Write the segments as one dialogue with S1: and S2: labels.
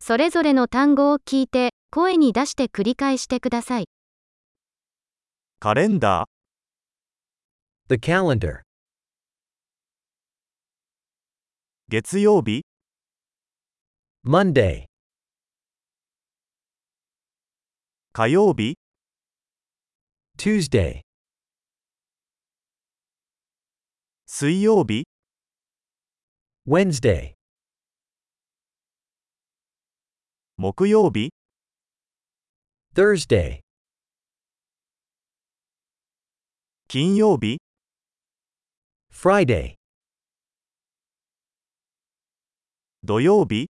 S1: それぞれの単語を聞いて、声に出して繰り返してください。
S2: カレンダー、
S3: The calendar.
S2: 月曜日、
S3: Monday.
S2: 火曜日、
S3: Tuesday.
S2: 水曜日、
S3: Wednesday.
S2: 木曜日、
S3: Thursday.
S2: 金曜日、
S3: Friday.
S2: 土曜日、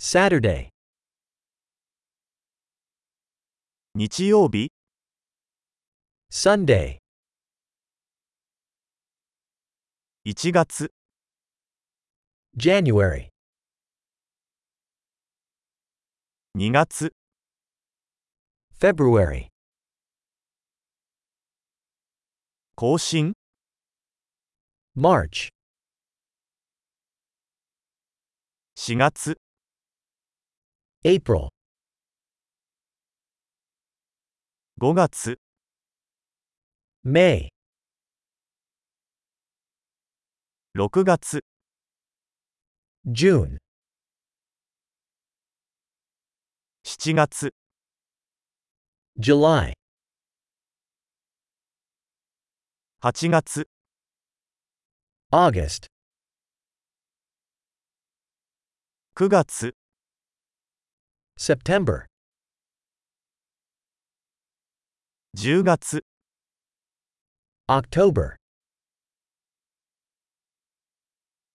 S3: Saturday.
S2: 日曜日、
S3: Sunday.
S2: 1月、
S3: January.
S2: 2月、
S3: February.
S2: 更新、
S3: March.
S2: 4月、
S3: April.
S2: 5月、
S3: May.
S2: 6月、
S3: June.
S2: 7月、
S3: July.
S2: 8月、
S3: August.
S2: 9月、
S3: September.
S2: 10月、
S3: October.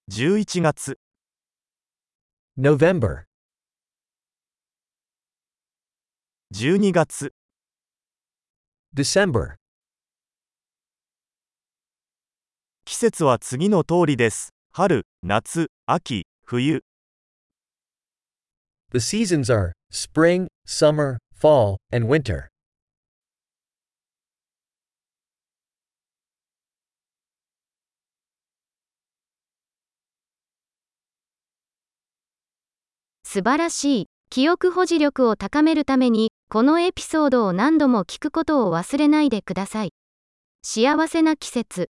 S2: 11月、
S3: November.
S2: 12月、
S3: December.
S2: 季節は次の通りです。春、夏、秋、冬。
S3: The seasons are spring, summer, fall, and winter.
S1: 素晴らしい。記憶保持力を高めるために、このエピソードを何度も聞くことを忘れないでください。幸せな季節。